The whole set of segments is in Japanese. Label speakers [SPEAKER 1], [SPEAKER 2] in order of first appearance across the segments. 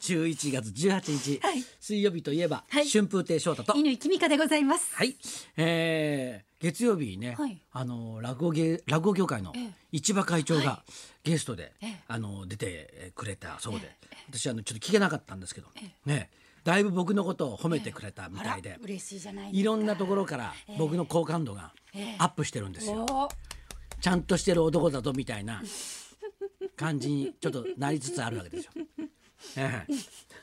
[SPEAKER 1] 11月18日、
[SPEAKER 2] はい
[SPEAKER 1] 水曜日といえば、
[SPEAKER 2] はい
[SPEAKER 1] 春風亭昇太と
[SPEAKER 2] 犬井美香でございます。
[SPEAKER 1] はい、えー、月曜日にね、
[SPEAKER 2] はい
[SPEAKER 1] あの落語芸落語業界の
[SPEAKER 2] ええ
[SPEAKER 1] 市場会長が
[SPEAKER 2] は
[SPEAKER 1] ゲストで、
[SPEAKER 2] ええ
[SPEAKER 1] あの出てくれたそうで、
[SPEAKER 2] え
[SPEAKER 1] 私あのちょっと聞けなかったんですけど、
[SPEAKER 2] え
[SPEAKER 1] ねだいぶ僕のことを褒めてくれたみたいで、
[SPEAKER 2] あら嬉しいじゃないですか。
[SPEAKER 1] いろんなところから
[SPEAKER 2] ええ
[SPEAKER 1] 僕の好感度が
[SPEAKER 2] ええ
[SPEAKER 1] アップしてるんですよ。
[SPEAKER 2] おー
[SPEAKER 1] ちゃんとしてる男だぞみたいな感じにちょっとなりつつあるわけですよ。え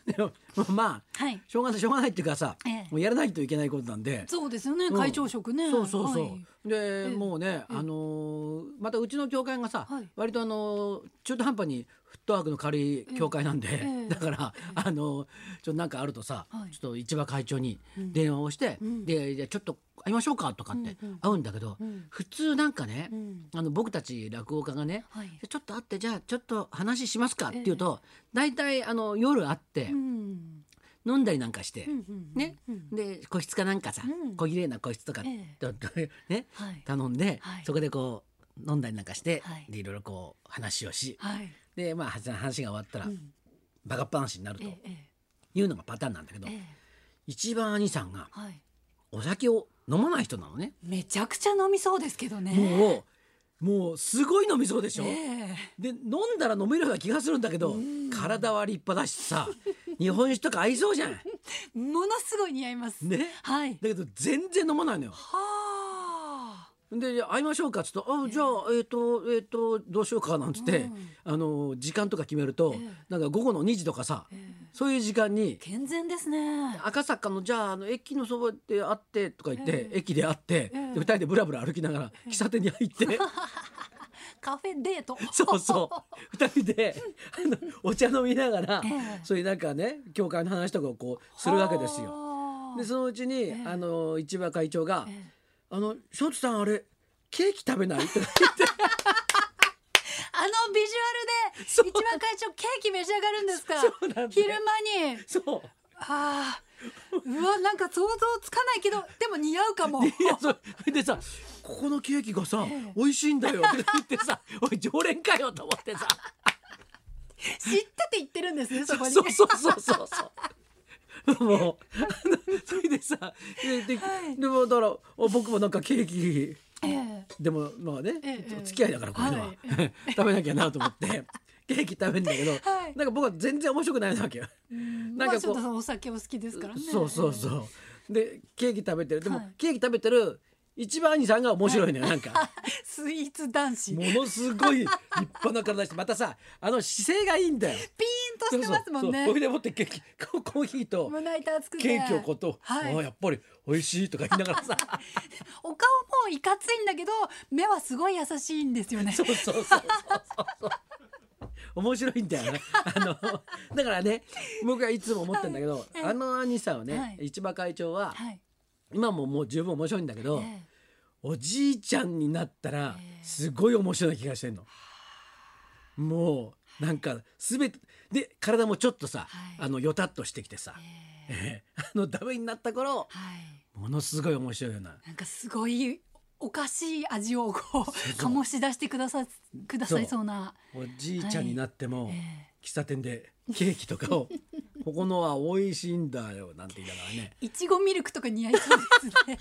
[SPEAKER 1] え、でもまあ、
[SPEAKER 2] はい
[SPEAKER 1] しょうがないしょうがないっていうかさ、
[SPEAKER 2] ええ
[SPEAKER 1] もうやらないといけないことなんで。
[SPEAKER 2] そうですよね。
[SPEAKER 1] うん
[SPEAKER 2] 会長職ね。
[SPEAKER 1] そうそうそう。
[SPEAKER 2] はい
[SPEAKER 1] で、
[SPEAKER 2] え
[SPEAKER 1] もうね、あのーまたうちの教会がさ、
[SPEAKER 2] はい
[SPEAKER 1] 割とあのー中途半端にフットワークの軽い教会なんで、
[SPEAKER 2] ええ
[SPEAKER 1] だから、あのーちょっとなんかあるとさ、
[SPEAKER 2] はい
[SPEAKER 1] ちょっと市場会長に電話をして、でじゃあちょっと会いましょうかとかって会うんだけど、普通なんかね、
[SPEAKER 2] うん
[SPEAKER 1] あの僕たち落語家がね、
[SPEAKER 2] はい
[SPEAKER 1] ちょっと会ってじゃあちょっと話しますかっていうと、大体あの夜会って、
[SPEAKER 2] うん。
[SPEAKER 1] 飲んだりなんかして、
[SPEAKER 2] うんうん
[SPEAKER 1] ね、で個室かなんかさ、
[SPEAKER 2] うん
[SPEAKER 1] 小綺麗な個室とか、
[SPEAKER 2] え
[SPEAKER 1] ね
[SPEAKER 2] はい。
[SPEAKER 1] 頼んで、
[SPEAKER 2] はい
[SPEAKER 1] そこでこう飲んだりなんかして、
[SPEAKER 2] はい
[SPEAKER 1] でいろいろこう話をし、
[SPEAKER 2] はい。
[SPEAKER 1] でまあ話話が終わったら、
[SPEAKER 2] うん
[SPEAKER 1] バカっぱなしになると
[SPEAKER 2] えええ
[SPEAKER 1] いうのがパターンなんだけど、
[SPEAKER 2] えええ
[SPEAKER 1] 一番兄さんが
[SPEAKER 2] はい。
[SPEAKER 1] お酒を飲まない人なのね。
[SPEAKER 2] めちゃくちゃ飲みそうですけどね。う。
[SPEAKER 1] もうもうすごい飲みそうでしょ、
[SPEAKER 2] え
[SPEAKER 1] で飲んだら飲めるような気がするんだけど、体は立派だし さ日本酒とか合いそうじゃん。
[SPEAKER 2] えものすごい似合います。
[SPEAKER 1] ね
[SPEAKER 2] はい。
[SPEAKER 1] だけど全然飲まないのよ。
[SPEAKER 2] はあ。
[SPEAKER 1] でじゃあ会いましょうかっつうと「あじゃあえっ、とえっ、とどうしようか」なんつって、
[SPEAKER 2] うん
[SPEAKER 1] あの時間とか決めると、
[SPEAKER 2] ええ
[SPEAKER 1] なんか午後の2時とかさ、
[SPEAKER 2] ええ
[SPEAKER 1] そういう時間に
[SPEAKER 2] 健全ですね。
[SPEAKER 1] 赤坂のじゃああの駅のそばで会ってとか言って
[SPEAKER 2] え、え
[SPEAKER 1] 駅で会って、
[SPEAKER 2] ええ
[SPEAKER 1] で2人でブラブラ歩きながら喫茶店に入って、
[SPEAKER 2] カフェデート。
[SPEAKER 1] そうそう2人であのお茶飲みながら、
[SPEAKER 2] ええ
[SPEAKER 1] そういうなんかね教会の話とかをこうするわけですよ。
[SPEAKER 2] はあ
[SPEAKER 1] でそのうちに、
[SPEAKER 2] え
[SPEAKER 1] あの市場会長が「
[SPEAKER 2] ええ
[SPEAKER 1] あのショーツさんあれケーキ食べない?」 とか
[SPEAKER 2] あのビジュアルで一番会長ケーキ召し上がるんですか
[SPEAKER 1] そうなんだよ
[SPEAKER 2] 昼間に
[SPEAKER 1] そう。
[SPEAKER 2] ああうわなんか想像つかないけどでも似合うか も
[SPEAKER 1] い やそれでさここのケーキがさ、
[SPEAKER 2] ええ
[SPEAKER 1] 美味しいんだよって言ってさ おい常連かよと思 ってさ
[SPEAKER 2] 知ってて言ってるんですねそこに
[SPEAKER 1] そうそうそうそう そうもう あのそれでさでで,、
[SPEAKER 2] はい
[SPEAKER 1] でもだからあ僕もなんかケーキ
[SPEAKER 2] ええ
[SPEAKER 1] でもまあね、
[SPEAKER 2] ええ
[SPEAKER 1] お付き合いだからこういうのは、
[SPEAKER 2] はい
[SPEAKER 1] 食べなきゃなと思ってケーキ食べるんだけど、
[SPEAKER 2] はい
[SPEAKER 1] なんか僕は全然面白くないわけよ。な
[SPEAKER 2] ま
[SPEAKER 1] ん
[SPEAKER 2] あ
[SPEAKER 1] か
[SPEAKER 2] ち
[SPEAKER 1] こ
[SPEAKER 2] ょっ
[SPEAKER 1] う
[SPEAKER 2] とそのお酒お好きですからね
[SPEAKER 1] そうそうそう。でケーキ食べてるでも、
[SPEAKER 2] はい
[SPEAKER 1] ケーキ食べてる一番兄さんが面白いのよ、なんか。
[SPEAKER 2] スイーツ男子
[SPEAKER 1] ものすごい立派な体してまたさあの姿勢がいいんだよ。
[SPEAKER 2] ピーンとしてますもん
[SPEAKER 1] そ
[SPEAKER 2] ね
[SPEAKER 1] うそうそうそれでもってケーキココーヒーと
[SPEAKER 2] 胸板熱くて
[SPEAKER 1] ケーキをこと、
[SPEAKER 2] はい
[SPEAKER 1] ああやっぱり美味しいとか言いなが らさ
[SPEAKER 2] お顔もいかついんだけど目はすごい優しいんですよね
[SPEAKER 1] そうそうそうそうそうそう面白いんだよねあのだからね僕はいつも思ってんだけど、
[SPEAKER 2] い
[SPEAKER 1] あの兄さんはね、
[SPEAKER 2] はい
[SPEAKER 1] 市場会長は、
[SPEAKER 2] はい、
[SPEAKER 1] 今ももう十分面白いんだけど、
[SPEAKER 2] ええ
[SPEAKER 1] おじいちゃんになったら
[SPEAKER 2] ええ
[SPEAKER 1] すごい面白い気がしてんの。もうなんか全てで体もちょっとさ、
[SPEAKER 2] はい
[SPEAKER 1] あのよたっとしてきてさ、
[SPEAKER 2] ええ
[SPEAKER 1] ええあのダメになった頃
[SPEAKER 2] はい
[SPEAKER 1] ものすごい面白いような
[SPEAKER 2] なんかすごいおかしい味をこう醸し出してくださくださりそうな。
[SPEAKER 1] おじいちゃんになっても、
[SPEAKER 2] え
[SPEAKER 1] 喫茶店でケーキとかを ここのは美味しいんだよなんて言いながらね
[SPEAKER 2] えいちごミルクとか似合いそうです ね。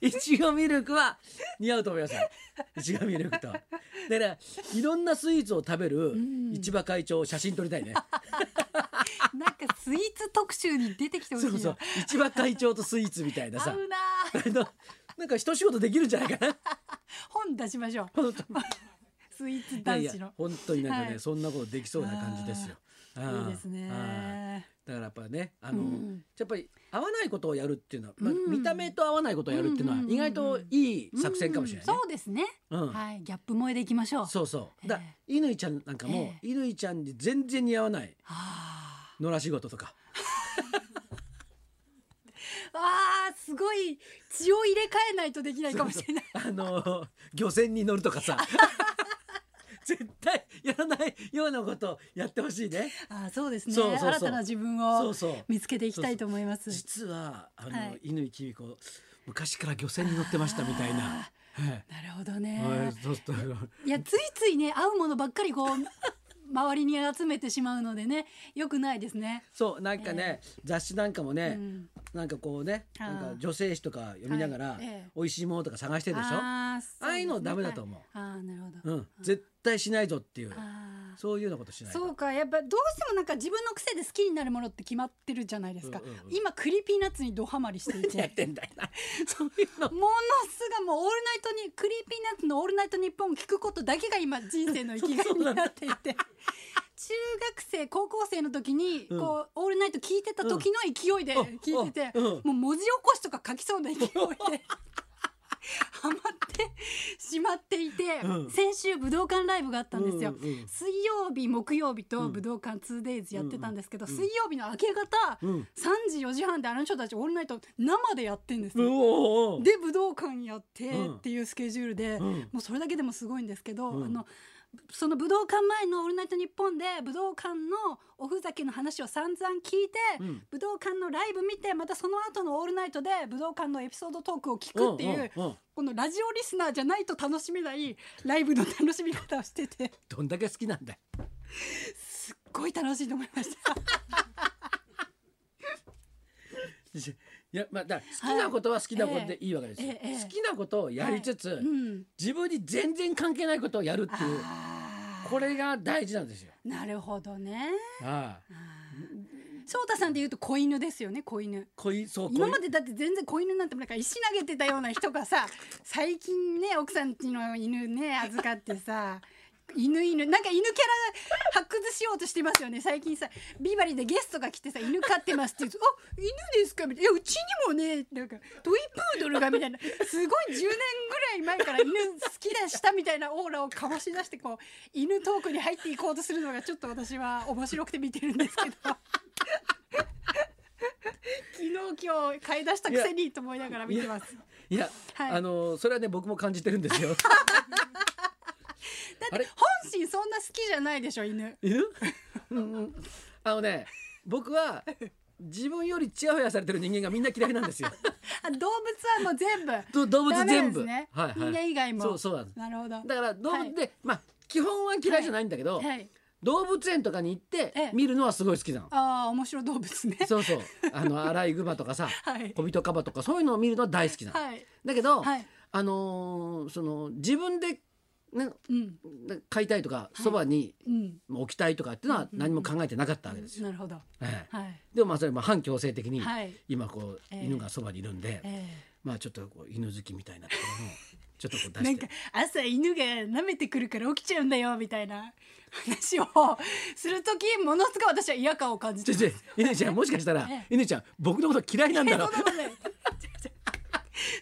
[SPEAKER 1] いちごミルクは似合うと思いますよいちごミルクとだからいろんなスイーツを食べる
[SPEAKER 2] ん
[SPEAKER 1] 市場会長を写真撮りたいね。
[SPEAKER 2] なんかスイーツ特集に出てきてほしい
[SPEAKER 1] そ
[SPEAKER 2] な。
[SPEAKER 1] うそう市場会長とスイーツみたいな
[SPEAKER 2] 合
[SPEAKER 1] さ
[SPEAKER 2] うなあ。
[SPEAKER 1] あのなんか一仕事できるんじゃないかな
[SPEAKER 2] 本出しましょう。
[SPEAKER 1] 本当
[SPEAKER 2] スイーツ
[SPEAKER 1] いやい
[SPEAKER 2] 男
[SPEAKER 1] や
[SPEAKER 2] 子の。
[SPEAKER 1] 本当になんかね、
[SPEAKER 2] はい
[SPEAKER 1] そんなことできそうな感じですよ。
[SPEAKER 2] い
[SPEAKER 1] あ
[SPEAKER 2] い
[SPEAKER 1] あ
[SPEAKER 2] です
[SPEAKER 1] はい
[SPEAKER 2] ね。
[SPEAKER 1] だからやっぱねあの、
[SPEAKER 2] うん
[SPEAKER 1] やっぱり合わないことをやるっていうのは、まあ
[SPEAKER 2] うん
[SPEAKER 1] 見た目と合わないことをやるっていうのは
[SPEAKER 2] うんうんうん
[SPEAKER 1] 意外といい作戦かもしれないね
[SPEAKER 2] うん。そうですね。
[SPEAKER 1] うん
[SPEAKER 2] はい、ギャップ萌えでいきましょう。
[SPEAKER 1] そうそうだ
[SPEAKER 2] ええ
[SPEAKER 1] 乾ちゃんなんかも
[SPEAKER 2] え
[SPEAKER 1] 乾ちゃんに全然似合わない
[SPEAKER 2] あ
[SPEAKER 1] 野良仕事とか
[SPEAKER 2] ーあー、すごい血を入れ替えないとできないかもしれない。
[SPEAKER 1] あの漁船に乗るとか さ絶対やらないようなことをやってほしいね。
[SPEAKER 2] ああ、そうですね
[SPEAKER 1] そうそうそう
[SPEAKER 2] 新たな自分
[SPEAKER 1] そ
[SPEAKER 2] を
[SPEAKER 1] うそう
[SPEAKER 2] 見つけていきたいと思います。
[SPEAKER 1] 実はあの
[SPEAKER 2] はい
[SPEAKER 1] 乾きみ子昔から漁船に乗ってましたみたいな。はい
[SPEAKER 2] なるほど
[SPEAKER 1] は
[SPEAKER 2] ね
[SPEAKER 1] い。そうすると
[SPEAKER 2] いやついついね合うものばっかりこう周りに集めてしまうのでね良くないですね。
[SPEAKER 1] そうなんかね、雑誌なんかもね、
[SPEAKER 2] うん
[SPEAKER 1] なんかこうね
[SPEAKER 2] あー
[SPEAKER 1] なんか女性誌とか読みながら、
[SPEAKER 2] はいええ
[SPEAKER 1] 美味しいものとか探してるでしょ
[SPEAKER 2] あーそ
[SPEAKER 1] ああいうの
[SPEAKER 2] ですね
[SPEAKER 1] ダメだと思う
[SPEAKER 2] はいああなるほど。
[SPEAKER 1] うん、絶対しないぞっていう
[SPEAKER 2] あー
[SPEAKER 1] そういうようなことしない
[SPEAKER 2] そうかやっぱどうしてもなんか自分の癖で好きになるものって決まってるじゃないですか、
[SPEAKER 1] うんうんうん
[SPEAKER 2] 今クリーピーナッツにドハマりしてい
[SPEAKER 1] やっててんだよなそういうの
[SPEAKER 2] ものすがもうオールナイトにクリーピーナッツの「オールナイトニッポン」聞くことだけが今人生の生きがいになっていて 中学生高校生の時にこう、オールナイト聞いてた時の勢いで
[SPEAKER 1] うん
[SPEAKER 2] 聞いてて、
[SPEAKER 1] うんうん
[SPEAKER 2] もう文字起こしとか書きそうな勢いでハマってしまっていて、
[SPEAKER 1] うん
[SPEAKER 2] 先週武道館ライブがあったんですよ。
[SPEAKER 1] うんうん
[SPEAKER 2] 水曜日木曜日
[SPEAKER 1] う
[SPEAKER 2] と
[SPEAKER 1] ん
[SPEAKER 2] 武道館 2days やってたんですけど、
[SPEAKER 1] うんうん
[SPEAKER 2] 水曜日の明け方、
[SPEAKER 1] うん
[SPEAKER 2] 3時4時半であの人たちオールナイト生でやってんです
[SPEAKER 1] う
[SPEAKER 2] よ。
[SPEAKER 1] おーおー
[SPEAKER 2] で武道館やって
[SPEAKER 1] うん
[SPEAKER 2] っていうスケジュールで、
[SPEAKER 1] うん
[SPEAKER 2] もうそれだけでもすごいんですけど、
[SPEAKER 1] うん
[SPEAKER 2] あのその武道館前の「オールナイトニッポン」で武道館のおふざけの話を散々聞いて、
[SPEAKER 1] うん
[SPEAKER 2] 武道館のライブ見てまたその後の「オールナイト」で武道館のエピソードトークを聞くっていう、
[SPEAKER 1] うんうんうん
[SPEAKER 2] このラジオリスナーじゃないと楽しめないライブの楽しみ方をしてて。
[SPEAKER 1] どんだけ好きなんだよ
[SPEAKER 2] すっごい楽しいと思いました。
[SPEAKER 1] いやまあだから好きなことは好きなことでいいわけですよ、
[SPEAKER 2] ええええ
[SPEAKER 1] 好きなことをやりつつ、
[SPEAKER 2] うん。
[SPEAKER 1] 自分に全然関係ないことをやるっていう
[SPEAKER 2] あ
[SPEAKER 1] これが大事なんですよ。
[SPEAKER 2] ーなるほどね。
[SPEAKER 1] ああ
[SPEAKER 2] 翔太さんで言うと子犬ですよね、子犬。
[SPEAKER 1] 恋そう
[SPEAKER 2] 今
[SPEAKER 1] 恋
[SPEAKER 2] までだって全然子犬なんてなんか石投げてたような人がさ、最近ね奥さんちの犬ね預かってさ。犬犬なんか犬キャラ発掘しようとしてますよね最近さビバリーでゲストが来てさ犬飼ってますって言うと「あ犬ですか?」みたいな「いやうちにもねなんかトイプードルが」みたいなすごい10年ぐらい前から犬好きでしたみたいなオーラを醸し出してこう犬トークに入っていこうとするのがちょっと私は面白くて見てるんですけど 昨日今日買い出したくせにと思いながら見てます。
[SPEAKER 1] いや、
[SPEAKER 2] はい
[SPEAKER 1] あのそれはね僕も感じてるんですよ。
[SPEAKER 2] だっ
[SPEAKER 1] あ
[SPEAKER 2] て
[SPEAKER 1] れ
[SPEAKER 2] 本心そんな好きじゃないでしょ犬。
[SPEAKER 1] 犬うんうんあのね僕は自分よりちやほやされてる人間がみんな嫌いなんですよ。
[SPEAKER 2] あ動物はもう全部。
[SPEAKER 1] と動物全
[SPEAKER 2] ダ
[SPEAKER 1] 部、
[SPEAKER 2] メなんですね
[SPEAKER 1] はいはい。
[SPEAKER 2] 人間以外も
[SPEAKER 1] そうそうなんです。
[SPEAKER 2] なるほど。は
[SPEAKER 1] だから動物で、まあ基本は嫌いじゃないんだけど、
[SPEAKER 2] い。
[SPEAKER 1] 動物園とかに行って
[SPEAKER 2] ええ
[SPEAKER 1] 見るのはすごい好きなの。
[SPEAKER 2] ああ面白い動物ね。
[SPEAKER 1] そうそうあ のアライグマとかさ、
[SPEAKER 2] はい
[SPEAKER 1] 小人カバとかそういうのを見るのは大好きなの。
[SPEAKER 2] はい。
[SPEAKER 1] だけど、
[SPEAKER 2] はい
[SPEAKER 1] あのーその自分で、ね、
[SPEAKER 2] うん
[SPEAKER 1] 買いたいとかそばに
[SPEAKER 2] うん。
[SPEAKER 1] 置きたいとかっていうのは何も考えてなかったわけですよ。
[SPEAKER 2] なるほど。
[SPEAKER 1] ええ
[SPEAKER 2] はい。
[SPEAKER 1] でもまあそれも反強制的に
[SPEAKER 2] はい
[SPEAKER 1] 今こう
[SPEAKER 2] ええ
[SPEAKER 1] 犬がそばにいるんで、
[SPEAKER 2] え
[SPEAKER 1] まあちょっとこう犬好きみたいなところもちょっとこう
[SPEAKER 2] え。
[SPEAKER 1] 出
[SPEAKER 2] なん
[SPEAKER 1] し
[SPEAKER 2] か
[SPEAKER 1] て。
[SPEAKER 2] 朝犬が舐めてくるから起きちゃうんだよみたいな話をするときものすごい私は嫌感を感じて
[SPEAKER 1] ちょちょ犬ちゃんもしかしたら
[SPEAKER 2] え
[SPEAKER 1] 犬ちゃん僕のこと嫌いなんだろう
[SPEAKER 2] そんなことない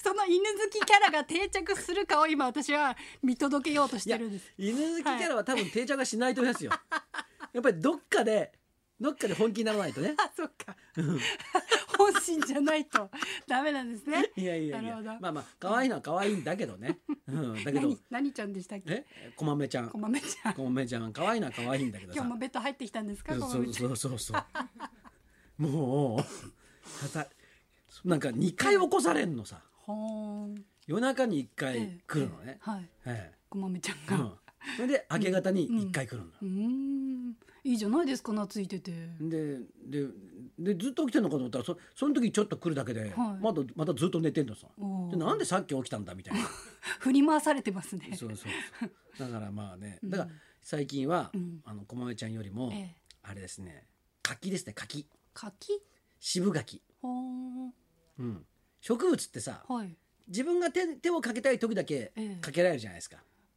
[SPEAKER 2] その犬好きキャラが定着するかを今私は見届けようとし
[SPEAKER 1] いや
[SPEAKER 2] てるんです。
[SPEAKER 1] 犬好きキャラは多分定着はしないと思い ますよ。やっぱりどっかでどっかで本気にならないとね。
[SPEAKER 2] あ、そっか。 本心じゃないとダメなんですね。
[SPEAKER 1] いやいやい
[SPEAKER 2] な
[SPEAKER 1] や
[SPEAKER 2] るほど。
[SPEAKER 1] まあまあ可愛いのは可愛いんだけどね。 うん、だけど
[SPEAKER 2] 何何ちゃんでしたっけ？
[SPEAKER 1] えこまめちゃん
[SPEAKER 2] こまめちゃん。
[SPEAKER 1] こまめちゃん可愛いのは可愛いんだけど
[SPEAKER 2] 今
[SPEAKER 1] さ
[SPEAKER 2] 日。もベッド入ってきたんですか？こま
[SPEAKER 1] そ
[SPEAKER 2] め
[SPEAKER 1] う
[SPEAKER 2] ちゃん。
[SPEAKER 1] そうそうそう。もうはたなんか二回起こされんのさ。
[SPEAKER 2] ほーん。
[SPEAKER 1] 夜中に一回来るのね。
[SPEAKER 2] はい。
[SPEAKER 1] え
[SPEAKER 2] こまめちゃん
[SPEAKER 1] え。う
[SPEAKER 2] が。
[SPEAKER 1] ん。それで明け方に一回来るの。
[SPEAKER 2] うーん。いいじゃないですか。懐いてて。
[SPEAKER 1] でででずっと起きてるのかと思ったらそその時ちょっと来るだけで、
[SPEAKER 2] はい
[SPEAKER 1] まだまたずっと寝てんのさ
[SPEAKER 2] おー
[SPEAKER 1] でなんでさっき起きたんだみたいな
[SPEAKER 2] 振り回されてますね。
[SPEAKER 1] そうそうそうだからまあねだから最近は、
[SPEAKER 2] うん
[SPEAKER 1] あのこまめちゃんよりも、
[SPEAKER 2] ええ
[SPEAKER 1] あれですね柿ですね柿
[SPEAKER 2] 柿？
[SPEAKER 1] 渋柿、
[SPEAKER 2] ほーん。
[SPEAKER 1] うん、植物ってさ
[SPEAKER 2] はい。
[SPEAKER 1] 自分が手手をかけたい時だけ
[SPEAKER 2] ええ
[SPEAKER 1] かけられるじゃないですか、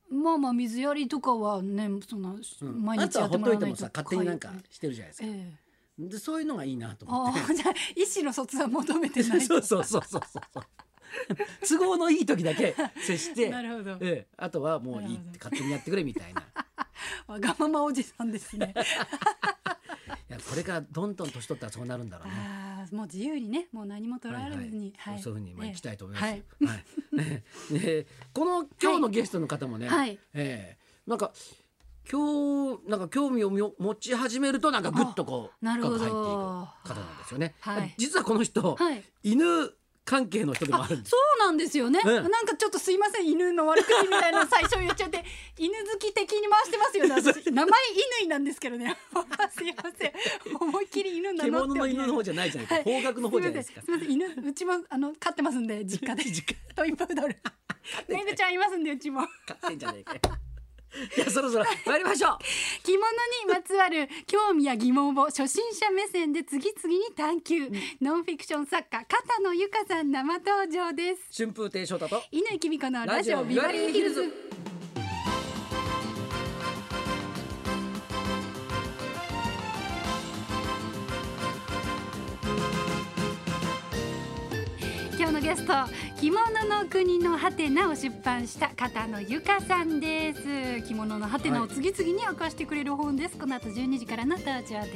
[SPEAKER 2] まあまあ水やりとかはね、そんな
[SPEAKER 1] うん、
[SPEAKER 2] 毎
[SPEAKER 1] あ
[SPEAKER 2] 日
[SPEAKER 1] と
[SPEAKER 2] や
[SPEAKER 1] は
[SPEAKER 2] って
[SPEAKER 1] ほっ
[SPEAKER 2] も
[SPEAKER 1] と
[SPEAKER 2] らわ
[SPEAKER 1] いて
[SPEAKER 2] ない
[SPEAKER 1] も
[SPEAKER 2] と。
[SPEAKER 1] さ勝手になんかしてるじゃないです
[SPEAKER 2] え
[SPEAKER 1] か、
[SPEAKER 2] え。
[SPEAKER 1] でそういうのがいいなと思
[SPEAKER 2] あ
[SPEAKER 1] って
[SPEAKER 2] あ、じゃあ意思の疎通は求めてない と。
[SPEAKER 1] そうそうそうそうそうそう。都合のいい時だけ接 して、
[SPEAKER 2] なるほど
[SPEAKER 1] ええ、あとはもういいっ
[SPEAKER 2] なるほ
[SPEAKER 1] て
[SPEAKER 2] ど
[SPEAKER 1] 勝手にやってくれみた いな。
[SPEAKER 2] わがままおじさんですね。
[SPEAKER 1] いやこれからどんどん年取ったらそうなるんだろうね。
[SPEAKER 2] ああ、もう自由にね、もう何も取られずに、
[SPEAKER 1] はいはいそうそういうふうにまあ
[SPEAKER 2] ええ
[SPEAKER 1] 行きたいと思いますよ。
[SPEAKER 2] は
[SPEAKER 1] はい。ねえこの今日のゲストの方もね、
[SPEAKER 2] はい
[SPEAKER 1] ええなんか今日なんか興味をみょ持ち始めるとなんかぐっとこう
[SPEAKER 2] あなるほど
[SPEAKER 1] 深く入っていく方なんですよね。
[SPEAKER 2] はい
[SPEAKER 1] 実はこの人、
[SPEAKER 2] はい
[SPEAKER 1] 犬関係の人でもあるんです
[SPEAKER 2] そうなんですよね、
[SPEAKER 1] うん
[SPEAKER 2] なんかちょっとすいません犬の悪口みたいなの最初言っちゃって犬好き的に回してますよ ね私名前乾なんですけどね すいません思いっきり犬なの
[SPEAKER 1] 獣の犬の方じゃないじゃないか方角の方じゃないですか
[SPEAKER 2] すみません犬うちもあの飼ってますんで実家で トイプードルめぐちゃんいますんでうちも
[SPEAKER 1] 勝手んじゃ ないかよい やそろそろ参りましょう
[SPEAKER 2] 着物にまつわる興味や疑問を初心者目線で次々に探求、ノンフィクション作家片野由香さん生登場です
[SPEAKER 1] 春風亭昇太と
[SPEAKER 2] 犬井美子のラジオビバリーヒルズ今日のゲスト着物の国のハテナを出版した片野由香さんです着物のハテナを次々に明かしてくれる本ですこの後12時からの登場です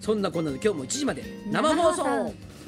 [SPEAKER 1] そんなこんなで今日も1時まで生放
[SPEAKER 2] 生放
[SPEAKER 1] 送
[SPEAKER 2] 送